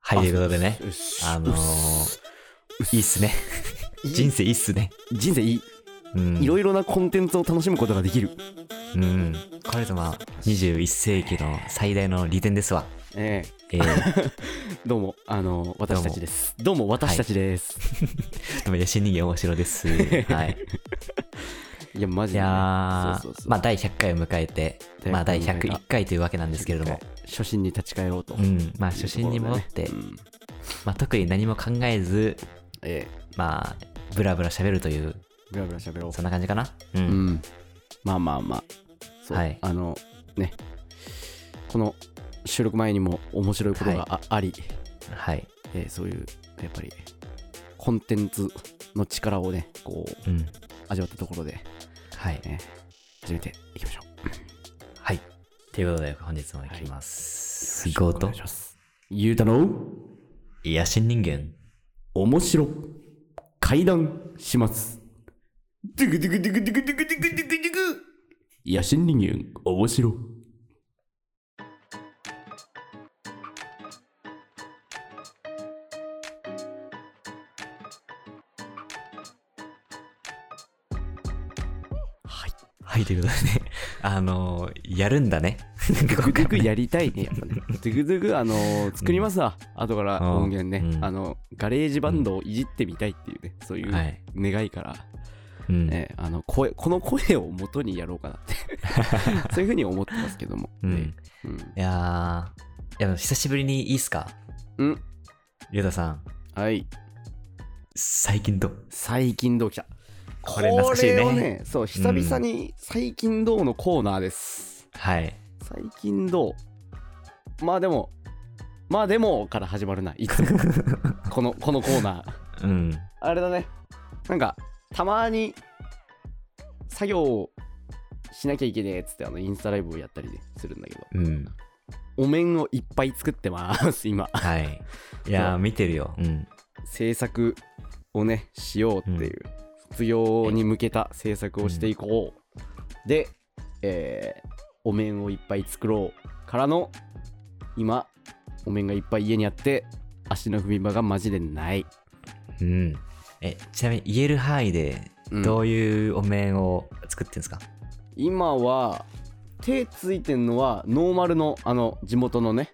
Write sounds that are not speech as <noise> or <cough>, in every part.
ハイレベルでね。うっすあのーうっすうっすいいっすね。人生いいっすね。人生いい、うん。いろいろなコンテンツを楽しむことができる、うん。これぞまあ、21世紀の最大の利点ですわ。ええ <laughs> ー、えどうもあの私たちですどうも私たちです、とも、吉人間面白です。はい。い、やマジいで、ね、やそうそうそー、うまあ、第100回を迎えて、第100まあ、第回101回というわけなんですけれども、初心に立ち返ろうと、うん。まあ、初心に戻ってう、んまあ、特に何も考えず、ええまあ、ブラブラ喋るという、ブラブラ喋ろうそんな感じかな。う。うんん、まあまあまあそう、はいあのねこの収録前にも面白いことがあ,、あり、はい。えーそういうやっぱりコンテンツの力をねこううん。味わったところで、はい。えー始めていきましょはい。ということで、本日もいきます。ゴーうお願トいし、ますゆうたの野心人間。面白会談しますドゥクドゥクドゥクドゥクドゥクドゥクドゥクドゥク野心人間面白はい、ということでね、あのー、やるんだ <laughs> ね。ドゥクドゥクやりたいねやっぱねドゥクドゥクあのー作りますわ、後からうん音源ね、うんあのガレージバンドをいじってみたいっていうねそういはうい。願いから、うん。ねあの声この声を元にやろうかなって <laughs> そういうふうに思ってますけども、うんねうんいやー、いや久しぶりにいいっすかうん。りょうたさん、はい最近どう最近どうきたこれ懐かしいねこれをねそう久々に最近どうのコーナーです、はい。最近どうまあでもまあでもから始まるないつ <laughs> もこのこのコーナーうん。あれだねなんかたまに作業をしなきゃいけねえっつってあのインスタライブをやったりねするんだけどうん。お面をいっぱい作ってます今 <laughs> はい。いやそー、う見てるよ。うん。制作をねしようっていう、卒業に向けた制作をしていこう、で、えーお面をいっぱい作ろうからの今お面がいっぱい家にあって足の踏み場がマジでない、うん。え、ちなみに言える範囲で、うんどういうお面を作ってんですか、今は手ついてんのはノーマルのあの地元のね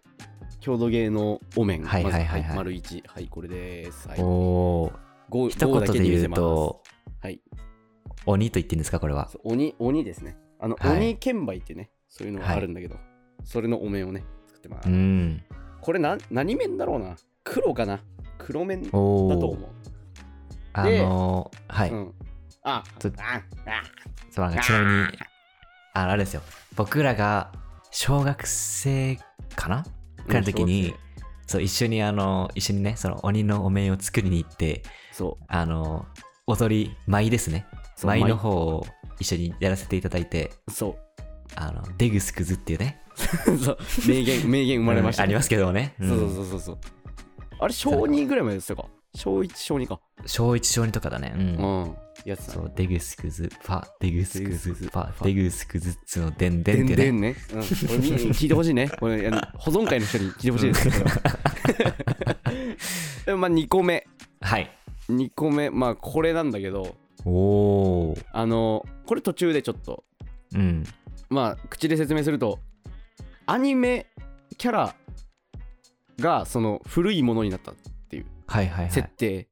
郷土芸能お面はいはいはいはいまず丸1はいこれです、はい、おー、 5一言で言うと、はい鬼と言ってんですかこれは。そう鬼鬼ですねあの、はい鬼剣売ってねそういうのがあるんだけど、それのお面をね作ってます、うん。これな何面だろうな黒かな黒面だとお思おう。、あのー、はい。うん、あとああそうなんかちなみに、ああれですよ。僕らが小学生かなくらいの時うん小に学、そう、一緒にあの、一緒にね、その鬼のお面を作りに行って、そうあの、踊り、舞ですね。そう舞の方を一緒にやらせていただいて、そうあの、デグスクズっていうね。そう <laughs> 名言名言生まれました、うんありますけどね。うんそうそうそうそうあれ小二ぐらいまでですか小一小二か小1、小2とかだね。うん。うんやつだそう、デグスクズ、ファ、デグスクデグスクズ、ズファ、ファデグスクズっつのでんででんんってでね。んね、うん、これみんなに聞いてほしいねこれあの保存会の人に聞いてほしい <laughs> ですけどでもまあ2個目はい。 2個目まあこれなんだけどおー。あのこれ途中でちょっとうん。まあ口で説明するとアニメキャラがその古いものになったっていうはいはいは設い。定、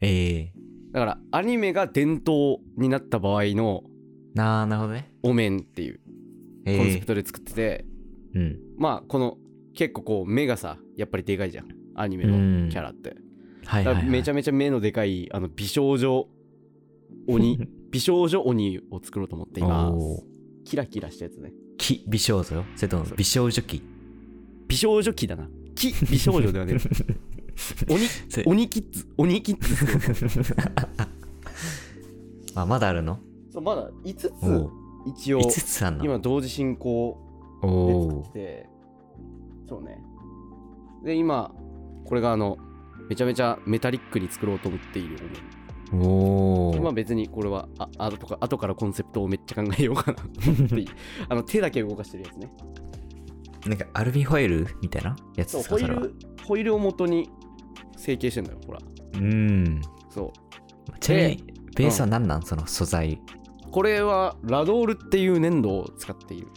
ええだからアニメが伝統になった場合のなあ、なるほどね。お面っていうええコンセプトで作ってて、うん。まあこの結構こう目がさやっぱりでかいじゃんアニメのキャラって、はいだはい、はからい。めちゃめちゃ目のでかいあの美少女鬼 <laughs> 美少女鬼を作ろうと思っていますおーキラキラしたやつねき美少女よそれともそう美少女期美少女期だなき美少女 <laughs> ではね鬼それ鬼キッズ鬼キッズって <laughs> ことあまだあるのそうまだ5おつう一応5つあんの今同時進行おで作っおてそうねで今これがあのめちゃめちゃメタリックに作ろうと思っているお面ーお今ー別にこれはあ後とか後からコンセプトをめっちゃ考えようかなと思っていい <laughs> あの手だけ動かしてるやつねなんかアルミホイルみたいなやつでそすかうホイそれはールホイールを元に成形してんだよほらうん。そうちなみに、ベースは何なん、その素材。これはラドールっていう粘土を使っている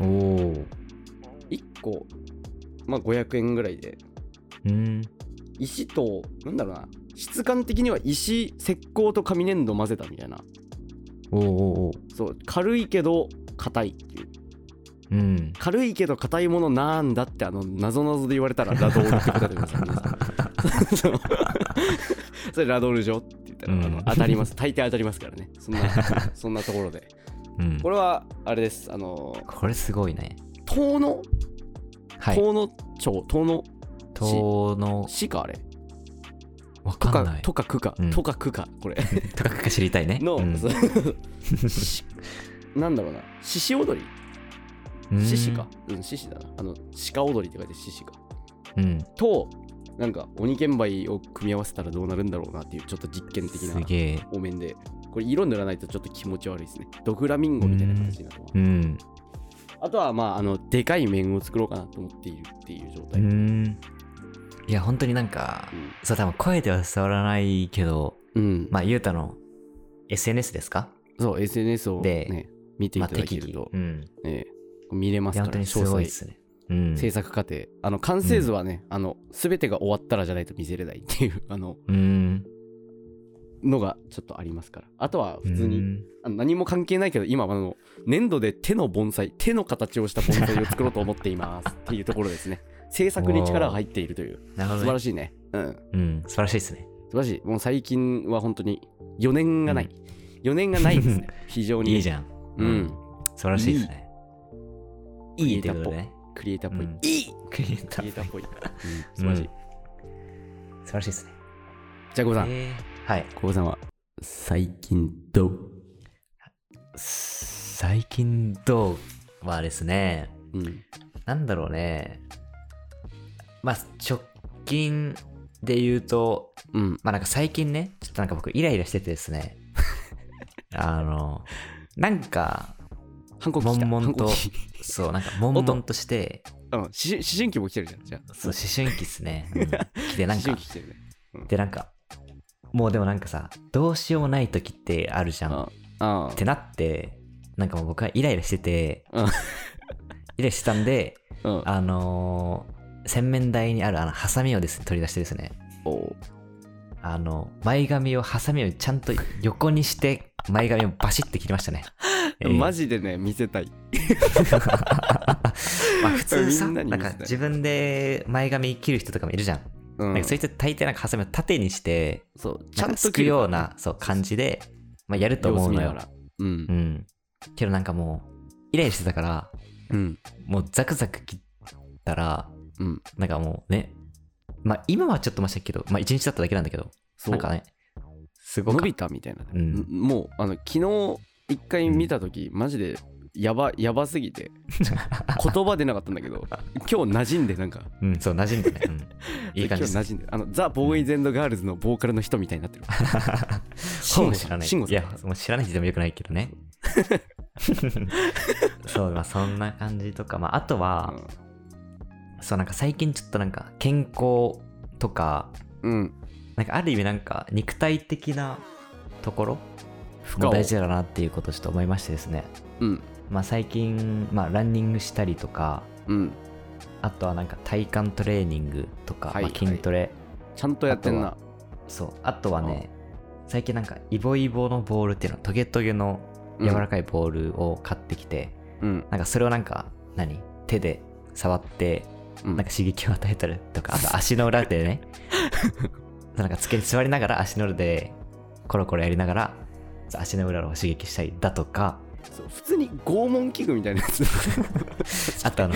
おお。 1個まあ500円ぐらいでうん。石となんだろうな質感的には石石膏と紙粘土混ぜたみたいなおーおーおーそう軽いけど硬いっていううん。軽いけど硬いものなんだってあの謎謎で言われたらラドールって答えてください皆 <laughs> さんそうそれラドール状って言ったら、あのうん当たります大抵当たりますからねそんなそんなところでうん。これはあれですあのこれすごいね。遠野はい。遠野町遠野との、市かあれわとかんかない。 <laughs> とか区か、うんとか区かこれとかか知りたいね。の、うんそ <laughs> うしなんだろうな獅子踊りうん獅子か。うん獅子だなあの鹿踊りって書いて獅子かうん。となんか鬼剣梅を組み合わせたらどうなるんだろうなっていうちょっと実験的すなげえ。お面でこれ色塗らないとちょっと気持ち悪いですねドフラミンゴみたいな形になるわうん。あとはまああのでかい面を作ろうかなと思っているっていう状う態、ん。いや、本当になんか、そう、多分声では伝わらないけど、うんうんまあ、ゆうたの SNS ですかそう SNS を、でね、見ていまあ、ただ適宜けると、うん。ええ見れまいすや、本から当にす詳ごいで細すね。うん。制作過程あの完成図はね、あの全てが終わったらじゃないと見せれないっていう <laughs> あのうん。のがちょっとありますからあとは普通に、うんあの何も関係ないけど今あの粘土で手の盆栽手の形をした盆栽を作ろうと思っていますっていうところです <laughs> ね制作に力が入っているというなるほ素ど晴ね、らしいねうんうん。素晴らしいですね。素晴らしいもう最近は本当に4年がない、4年がないです <laughs> ね非常にいいじゃん。うん。素晴らしいですね。いいいいってことね。クリエイターっぽい、うんいいククリエイタリエイーターっぽい、うん、素素晴晴ららししい、い。素晴らしいですね。じゃあゴーさん、えーはい。ゴーさんは最近どう最近どうはですね、うんなんだろうね。まあ、直近で言うと、うんまあなんか最近ね、ちょっとなんか僕イライラしててですね。 <laughs> あの、なんか、反抗期来た悶々と反抗期そう、なんか悶々として、 <laughs> うん思春思春期も来てるじゃんじゃあそう、思春期っすね。うん、来て、なん <laughs> 思か春、期来てるねでなんかもうでもなんかさどうしようもない時ってあるじゃんっああてなってなんかもう僕はイライラしてて、うんイライラしてたんでうんあのー洗面台にあるあのハサミをですね取り出してですねおあの前髪をハサミをちゃんと横にして前髪をバシッて切りま <laughs> したね、マジジでね見せたいまあ普通さみんななにん見せたいか自分で前髪切る人とかもいるじゃん,、うんなんかそういう人大抵なんかハサミを縦にしてそうちゃんとすくようなそう感じで、まあ、やると思様う子見のながよらうんうん。けどなんかもう、イライラしてたから、うんもうザクザク切ったら、うんなんかもうね、まあ今はちょっとましたけど、まあ一日だっただけなんだけど、そうなんかね、すご伸くびたみたいなねうんもうあの昨日一回見た時マジでやばやばすぎ <laughs> て言葉出なかったんだけど今日馴染んでなんかうん、そう、馴染んでね。 <laughs> うん、いい感じです。今日馴染んであのザ・ボーイズガールズのボーカルの人みたいに <laughs> なってるほぼ知らない。慎吾いさんや、もう知らない人でもよくないけど <laughs> ね。そう、まあそんな感じとか、まああとは、そうなんか最近ちょっとなんか健康とか、うんうんなんかある意味なんか肉体的なところ負荷もを大事だなっていうことをちょっと思いましてですね、うんまあ、最近、まあ、ランニングしたりとかうんあとはなんか体幹トレーニングとか、はいまあ、筋トレ、ちゃんとやってんなそうあとはね最近なんかイボイボのボールっていうのトゲトゲの柔らかいボールを買ってきて、うんなんかそれをなんか何手で触ってうんなんか刺激を与えたりとかあと足の裏で <laughs> ねなんか机に座りながら足の裏でコロコロやりながらそう足の裏を刺激したりだとかそう普通に拷問器具みたいなやつ、あ <laughs> とあの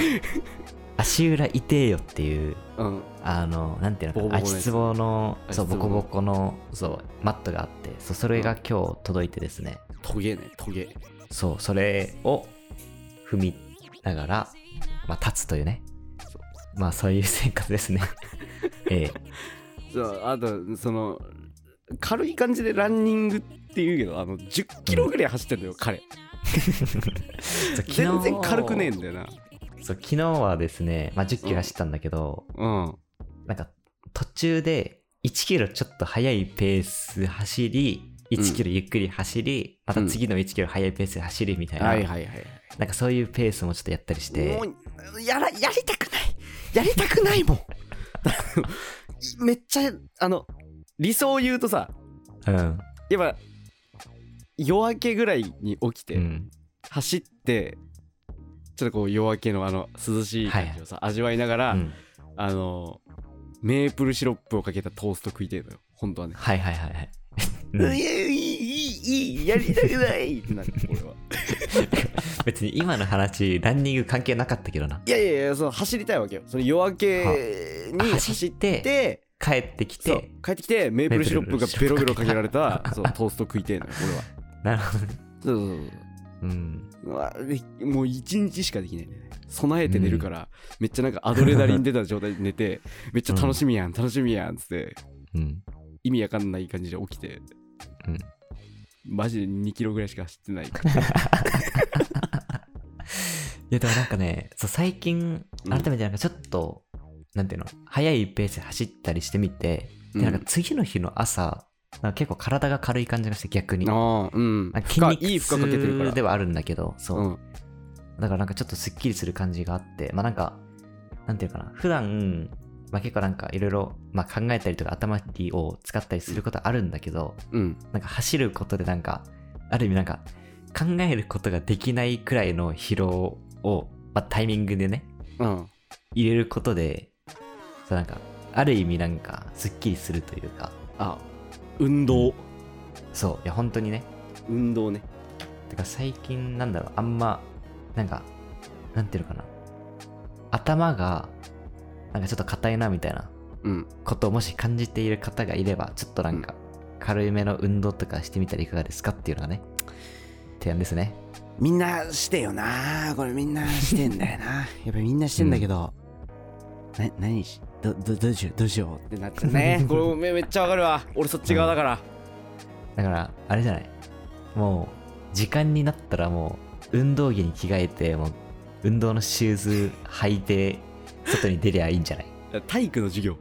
足裏痛えよっていううん、あのなんていうボのコボかなコのやつ足つぼのそう足つボぼのコボコのそうマットがあってそうそれが今日届いてですねトゲねトゲそうそれを踏みながら、まあ、立つというねそまあそういう生活ですね <laughs> ええそうあとその軽い感じでランニングって言うけどあの10キロぐらい走ってんだよ、彼そう昨日全然軽くねえんだよなそう昨日はですね、まあ、10キロ走ったんだけど、うんなんか途中で1キロちょっと速いペース走り、1キロゆっくり走り、また次の1キロ速いペース走りみたいな、はいはいはい。なんかそういうペースもちょっとやったりして、もうやら、やりたくないやりたくないもん <laughs> めっちゃ、あの、理想を言うとさ、うん。やっぱ、夜明けぐらいに起きて、うん。走って、ちょっとこう夜明けのあの涼しい感じをさ、味わいながら、うんあのメープルシロップをかけたトースト食いてるのよ本当はね、はいはいはいはい。ううんいやいいいいいいやりたくないってなる俺は別に今の話、ランニング関係なかったけどな。いやいやいやその走りたいわけよその夜明けにあ走走っってて帰ってきそうて、帰ってきてメープルシロップがベロベロかけられたメープルシロップかけたそうトースト食いて <laughs> えのよ俺はなるほどね。そうそうそううん。うわでもう一日しかできないんだよね備えて寝るから、めっちゃなんかアドレナリン出た状態で寝てめっちゃ楽しみやん楽しみやんっつってうん。意味わかんない感じで起きて、うんマジで2キロぐらいしか走ってないいや、でもなんかね、そう最近、うん改めてなんかちょっと、なんていうの、速いペースで走ったりしてみて、うで、んなんか次の日の朝、なんか結構体が軽い感じがして逆に。ああうんなんか負筋荷肉いい負荷かけてるから痛ではあるんだけど、そうう。んだからなんかちょっとスッキリする感じがあって、まあなんか、なんていうかな、普段、まあ結構なんかいろいろ、まあ考えたりとか頭を使ったりすることはあるんだけど、うんなんか走ることでなんか、ある意味なんか、考えることができないくらいの疲労を、まあタイミングでね、うん入れることで、そうなんか、ある意味なんか、スッキリするというか、あ運動、そう、いや本当にね、運動ねてか最近なんだろうあんまなんかなんていうのかな頭がなんかちょっと硬いなみたいなうんことをもし感じている方がいればちょっとなんか軽いめの運動とかしてみたらいかがですかっていうのがね提案ですねみんなしてよなこれみんなしてんだよな <laughs> やっぱみんなしてんだけど、な何しどどどうしようどうしようってなっちゃうね <laughs> これめめっちゃわかるわ俺そっち側だから、だからあれじゃないもう時間になったらもう運動着に着替えてもう運動のシューズ履いて外に出りゃいいんじゃない体育の授 <laughs> 業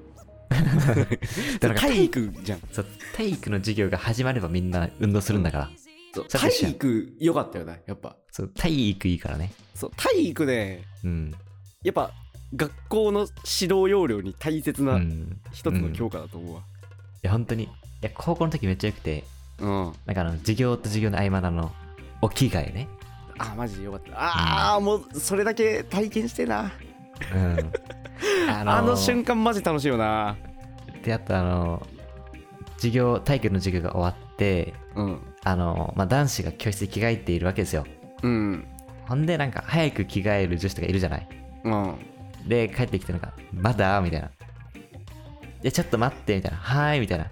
だから体育じゃんそう体育の授業が始まればみんな運動するんだから、そうそうですよ体育良かったよなやっぱそう体育いいからねそう体育ねうんやっぱ学校の指導要領に大切う、なん一つの教科だと思うわいや本当にいや高校の時めっちゃよくてうん、なんかあの授業と授業の合間のあのお着替えねあマジでよかったああもうそれだけ体験してえなうん <laughs> ああの瞬間マジ楽しいよなであとあの授業体育の授業が終わってうんあの、まあ、男子が教室で着替えているわけですようんほんでなんか早く着替える女子とかいるじゃないうんで帰ってきてなんか「まだ?」みたいな「でちょっと待って」みたいな「はーい」みたいなっ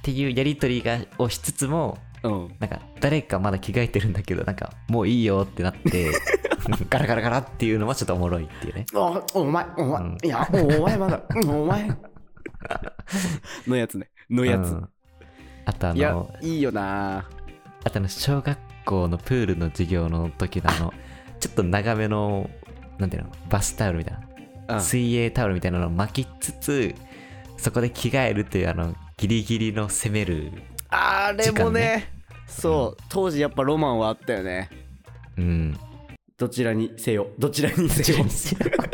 ていうやり取りがをしつつもうんなんか誰かまだ着替えてるんだけどなんかもういいよってなって <laughs> ガラガラガラっていうのはちょっとおもろいっていうねあお前お前、うんいやお前まだうんお前のやつねのやつ、うんあとあいやのいいよなあとあの小学校のプールの授業の時のあのちょっと長めのなんていうのバスタオルみたいな水泳タオルみたいなのを巻きつつそこで着替えるっていうあのギリギリの攻めるあれ時も間ねねそう、当時やっぱロマンはあったよねうんどちらにせよどちらにせよ <laughs> ま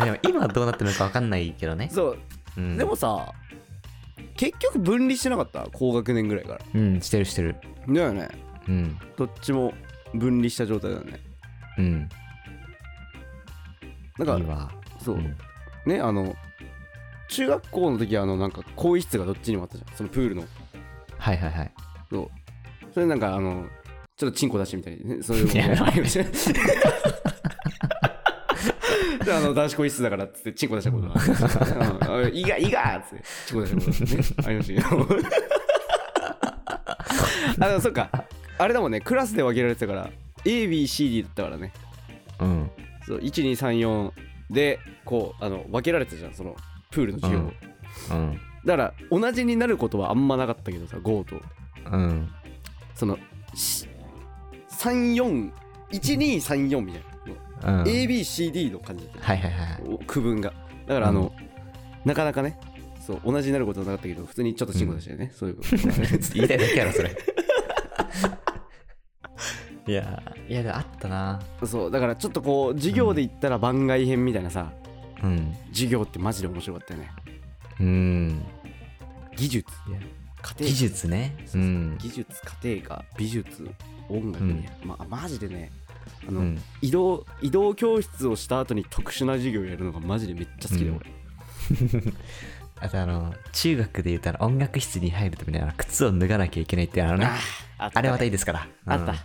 あでも今どうなってるのか分かんないけどね、そううん、でもさ結局分離してなかった高学年ぐらいからうんしてるしてるだよねうんどっちも分離した状態だよねうんなんいいかわそう、うんねあの中学校の時はあのなんか更衣室がどっちにもあったじゃんそのプールのはいはいはいそうそれなんかあのちょっとチンコ出してみたりねそういういやであの男子更衣室だからっつってチンコ出したことがありました、うんあ、いがいがっつってチンコ出したことが、ね、ありましたけどあでもそっかあれだもんねクラスで分けられてたから ABCD だったからねうんそう1234でこうあの分けられてたじゃんそのプールの授業、うんうんだから同じになることはあんまなかったけどさ5とうんそのし341234みたいうな、ん ABCD の感じだったはいはいはい。お区分がだからあの、なかなかねそう同じになることはなかったけど普通にちょっと進歩でしたよね、そういうこと <laughs> 言いたいだけやろそれ <laughs> いやいやでもあったな <laughs> そうだからちょっとこう授業で言ったら番外編みたいなさ、うん授業ってマジで面白かったよねうん技術いや家庭技術ねそううそうん技術家庭科美術音楽に、まあマジでねあうの、ん移動移動教室をした後に特殊な授業やるのがマジでめっちゃ好きで、うん俺あとあの中学で言ったら音楽室に入るとみたいな靴を脱がなきゃいけないっていうあのねあったあれまたいいですからあった、うん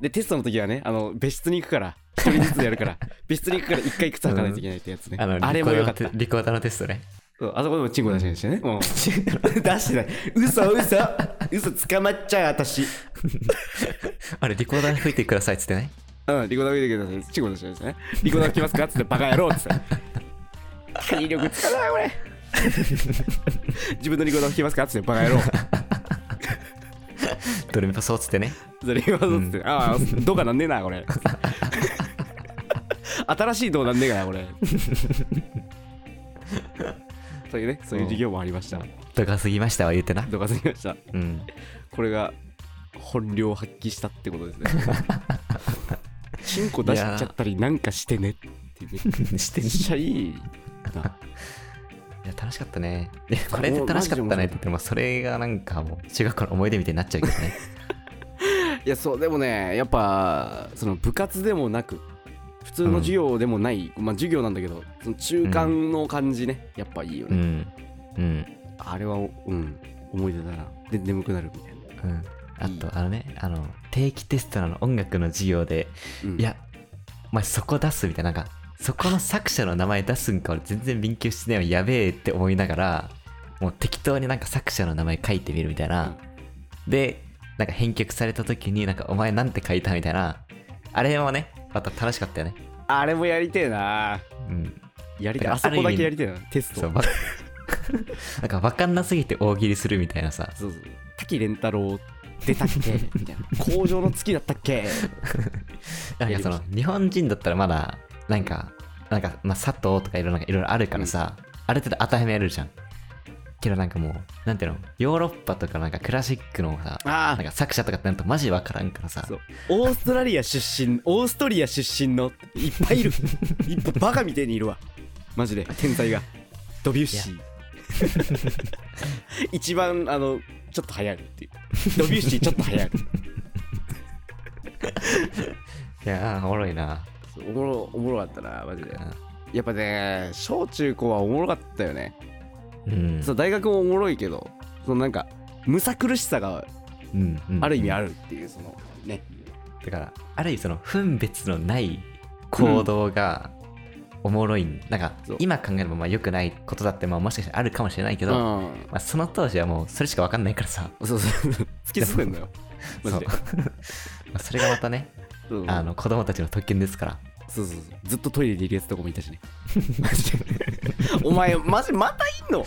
でテストの時はねあの別室に行くから一人ずつやるから <laughs> 別室に行くから一回靴履かないといけないってやつね、あのあれもよかったリコーダーのテリコーダーのテストねそうあそこでもチンコ出してるしね、もう <laughs> 出してない嘘嘘嘘捕まっちゃう私あれリコーダーに吹いてくださいっつってねうん、リコーダー見てください。チコ出してるんですね。リコーダー来ますかっつってバカ野郎 <laughs> っつって。国力つかない俺。自分のリコーダー来ますかっつってバカ野郎。ドレミパソっつってねそれ言わぞっつって。ああ、どうかなんねえな、これ。 <laughs> 新しいどうなんねえかな、こ <laughs> れ。そういうね、そういう授業もありました。とかすぎましたわ言ってなどうかすぎました。うん <laughs> これが本領発揮したってことです <laughs> ね。チンコ出しちゃったりなんかしてねってね。してんめっちゃいいな。いや楽しかったねいやこれで楽しかったねって言ってもそれがなんかもう中学校の思い出みたいになっちゃうけど <laughs> ねいやそうでもねやっぱその部活でもなく普通の授業でもない、まあ授業なんだけどその中間の感じね、やっぱいいようね、んうんあれはうん思い出だなで眠くなるみたいうな、んあとあのねあの定期テストのあの音楽の授業でうんいやお前そこ出すみたいななんかそこの作者の名前出すんか俺全然勉強してないわやべえって思いながらもう適当になんか作者の名前書いてみるみたいな、でなんか返却された時になんかお前なんて書いたみたいなあれもねまた楽しかったよねあれもやりてえなうんやりてえだあからあるそ意こ味だけやりてえなテスそトそううわ <laughs> なんか分かんなすぎて大喜利するみたいなさそう滝蓮太郎出たっ <laughs> けみたいな工場の月だったっけなんかその日本人だったらまだなんかなんか、まあ、佐藤とかいろいろなんかいろいろあるからさ、ある程度当たり前やるじゃんけどなんかもうなんていうのヨーロッパとかなんかクラシックのさあな <laughs> あんか作者とかってなるとマジわからんからさそうオーストラリア出身オーストリア出身のいっぱいい <laughs> るいっぱいバカみてえにいるわマジで天才がドビュッシー <laughs> 一番あのちょっと流行るっていうドビュッシーちょっと流行るいやーおもろいなおもろおもろかったなマジでうやっぱね小中高はおもろかったよね、んそう大学もおもろいけどそのなんかむさ苦しさがうんうんある意味あるるっていうそのねだからある意味その分別のない行動がおもろい、なんかそう今考えればまあ良くないことだってまあもしかしたらあるかもしれないけうど、まんあ、その当時はもうそれしかわかんないからさそうそう <laughs> 突き進むんだよマジでそう <laughs> まあそれがまたねそうあの子供たちの特権ですから。 <laughs> そうそうそうずっとトイレにいるやつとかもいたしねマジでお前マジまたいんの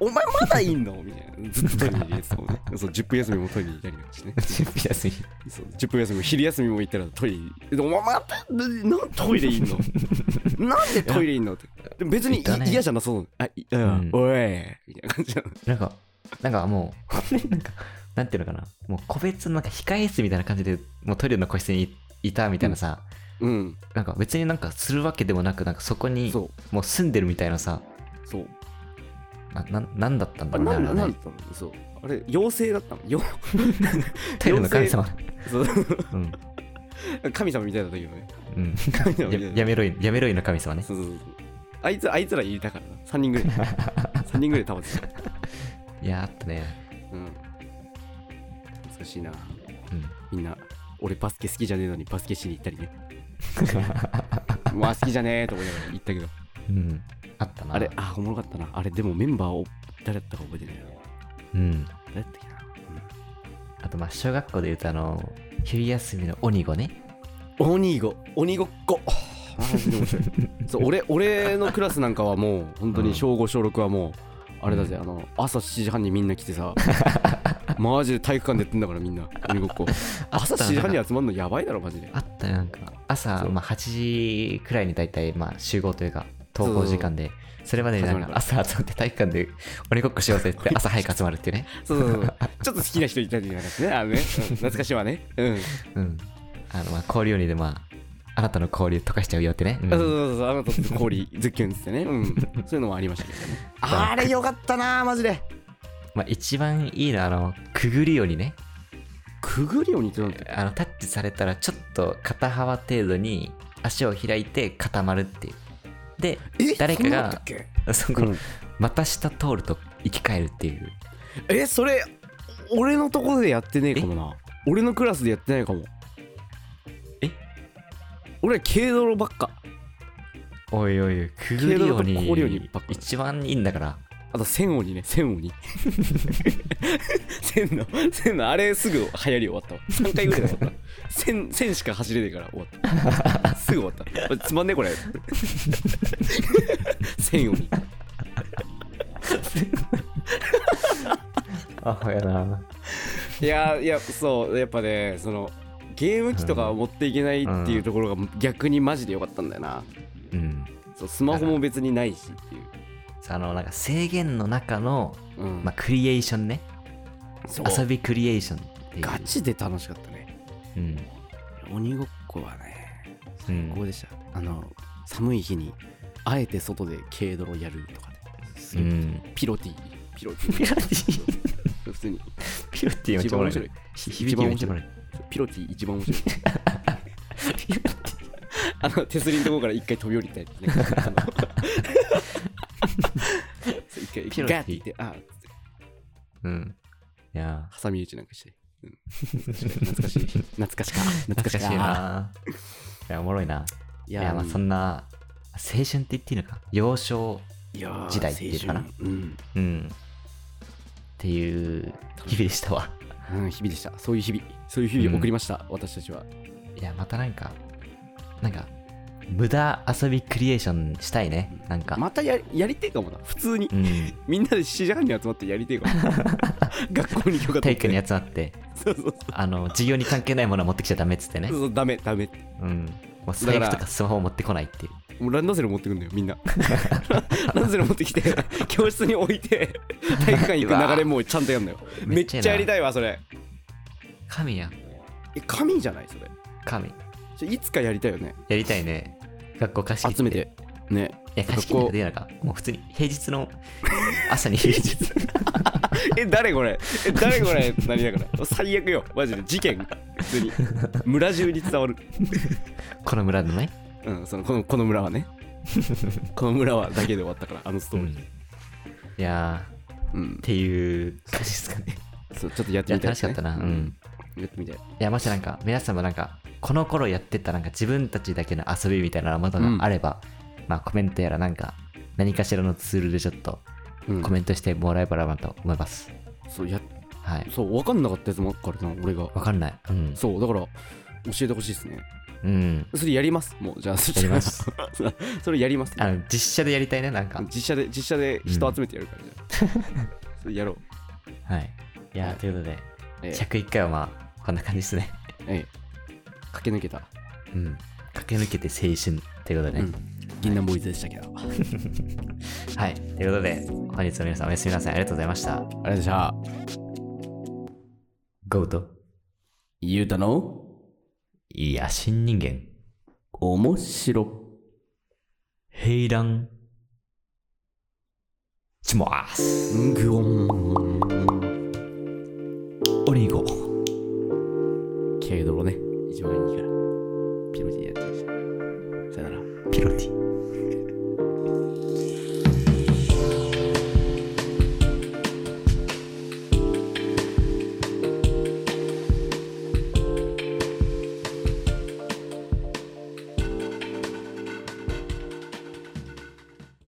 お前まだいんのみたいなずっとトイレにいるやつとかもねそう10分休みもトイレにいたりとかしてね準備休み。そう10分休みも昼休みも行ったらトイレにでお前またななんでトイレい <laughs> んのなんでトイレいんのってでも別にいいたね嫌じゃなそうなのあいうんうんおいみたいな感じなのなんか、なんかもう、 <laughs> なんか、なんていうのかな、もう個別のなんか控え室みたいな感じで、もうトイレの個室にいいたみたいなさ、うんなんか別になんかするわけでもなく、なんかそこにそうもう住んでるみたいなさ、そうな、ななんだったんだあれろうね、なあれはんだなんねだ。ったのそうあれ妖精だったのよ <laughs> トイレの神様。そううん。神様みたいだったけどねうん。 <laughs> 神様みたいだやったやめろい、やめろいの神様ね。そうそうそうそうあいつあいつらいたからな3人ぐ <laughs> らい3人ぐらい倒すいやーあったね。うん懐かしいなうん。みんな俺バスケ好きじゃねえのにバスケしに行ったりね <laughs> まあ好きじゃねえと思いながら行ったけどうん。あったな。あれあおもろかったなあれでもメンバーを誰だったか覚えてないなうん。誰だったっけなあと、まあ、小学校で言うと、あの、昼休みの鬼子ね。鬼ご鬼ごっこマジで <laughs> 面白いそう俺俺のクラスなんかはもう本当に小5小6はもうあれだぜ、あの朝7時半にみんな来て <laughs> さマジで体育館でやってんだからみんな鬼ごっこあった朝な7時半に集まるのやばいだろマジであったよなんか朝そうまあ8時くらいに大体まあ集合というか登校時間でそれまでになんか朝集まって体育館で鬼ごっこしようぜ <laughs> って朝早く集まるっていうね。そうそうそう <laughs> ちょっと好きな人いたりなんですねあのね、うん懐かしいわねうんうん。あの、まあ、交流にでまあ、あなたの交流溶かしちゃうよってね。うんあそうそうそうあなたと氷ズッキュンっつって <laughs> ね、うん、そういうのもありましたけどねあれよかったなマジでまあ、一番いいのはあの、くぐり鬼ね。くぐり鬼ってなんてあの、タッチされたらちょっと肩幅程度に足を開いて固まるっていう。で、え誰かそんなのあったがっけそこ、股下通ると生き返るっていう。えそれ俺のとこでやってねえかもな俺のクラスでやってないかもえ俺は軽泥ばっかおいおいおい、くぐぐりり鬼鬼一番いいんだから。あと千鬼ね千鬼千の千のあれすぐ流行り終わったわ3回ぐらいで終わった千千しか走れねえから終わったすぐ終わったつまんねえこれ千鬼あ、ほやな。いやいやそうやっぱねそのゲーム機とかは持っていけないっていうところが逆にマジで良かったんだよな、うん。そうスマホも別にないしっていう、あの、なんか制限の中の、うんまあ、クリエーションね。そう遊びクリエーションっていう。ガチで楽しかったねうん。鬼ごっこはねうん最高でした、あの寒い日にあえて外で軽泥やるとかねすうごいん。ピロティピロティピロティ、普通にピロティめっち一ゃお番もろ面い白ねい。響きめっちゃおもろい。ピロティ一番面 <laughs> 白いあの手すりのところから一回飛び降りたいってね <laughs> あのそう一回ピロティガッていってあうん。いやハサミ打ちなんかして、 <laughs> うん、懐かしい懐かしか懐かー、し難かしいないや、おもろいな。いいや、まあ、そなんな、青春って言っていいのか。幼少、時代っていうかなうん、うん。っていう日々でしたわ。うん、日々でしたそういう日々そういう日々を送りました、私たちはいや、またなんか、なんか、無駄遊びクリエーションしたいね。なんか。またややりてえかもな普通に、うん。みんなで7時半に集まってやりてえ <laughs> かも学校に許可体取っ育て、に集まって、そうそうあの、授業に関係ないものは持ってきちゃダメっつってねそう。そうダメダメうん。もう財布だとかかスマホを持ってこないっていう。もうランドセル持ってくんだよみん <laughs> なランドセル持ってきて教室に置いて体育館行く流れもうちゃんとやるんだよめめっっちちゃゃいいなやりたいわそれ神や、え神じゃないそれ神。ちょいつかやりたいよねやりたいね。学校貸し切って。集めてねいや、貸し切ってでなんか、もう普通に平日の朝 <laughs> に平日。え誰これえ誰これってなりながら最悪よマジで事件普通に村中に伝わるこの村のね。うんそのこのこの村 <laughs> はねこの村はだけで終わったからあのストーリー、いやー、うんっ、ていう感じですかね。そうちょっとやってみたいやい,、楽しかったなうんうん、やってみたいいや、もしなんか、皆さんもなんか、この頃やってたなんか自分たちだけの遊びみたいなものがあれば、まあコメントやらなんか、何かしらのツールでちょっとうんコメントしてもらえばなと思います。そうやはい。そう分かんなかったやつもあるからな俺がわかんない。うん。そうだから教えてほしいですねうん。それやりますもうじゃあやります <laughs> <laughs> それやりますあの、実写でやりたいね、なんか。実写で実写で人集めてやるからじゃあ、 <laughs> それやろうはい。いやー、ということで、ええ101回はまあ、こんな感じですね。ええ駆け抜けた、うん。駆け抜けて青春っていうことでうね。ん、銀杏ボーイズでしたけど、ありがとうはい。ということで、本日の皆さんおやすみなさい。ありがとうございました。ございました GO と、ゆうたのいや、新人間、面白平乱、します。グオンオリゴ。軽泥ね一番いいからピロティやってましたさよならピロティ。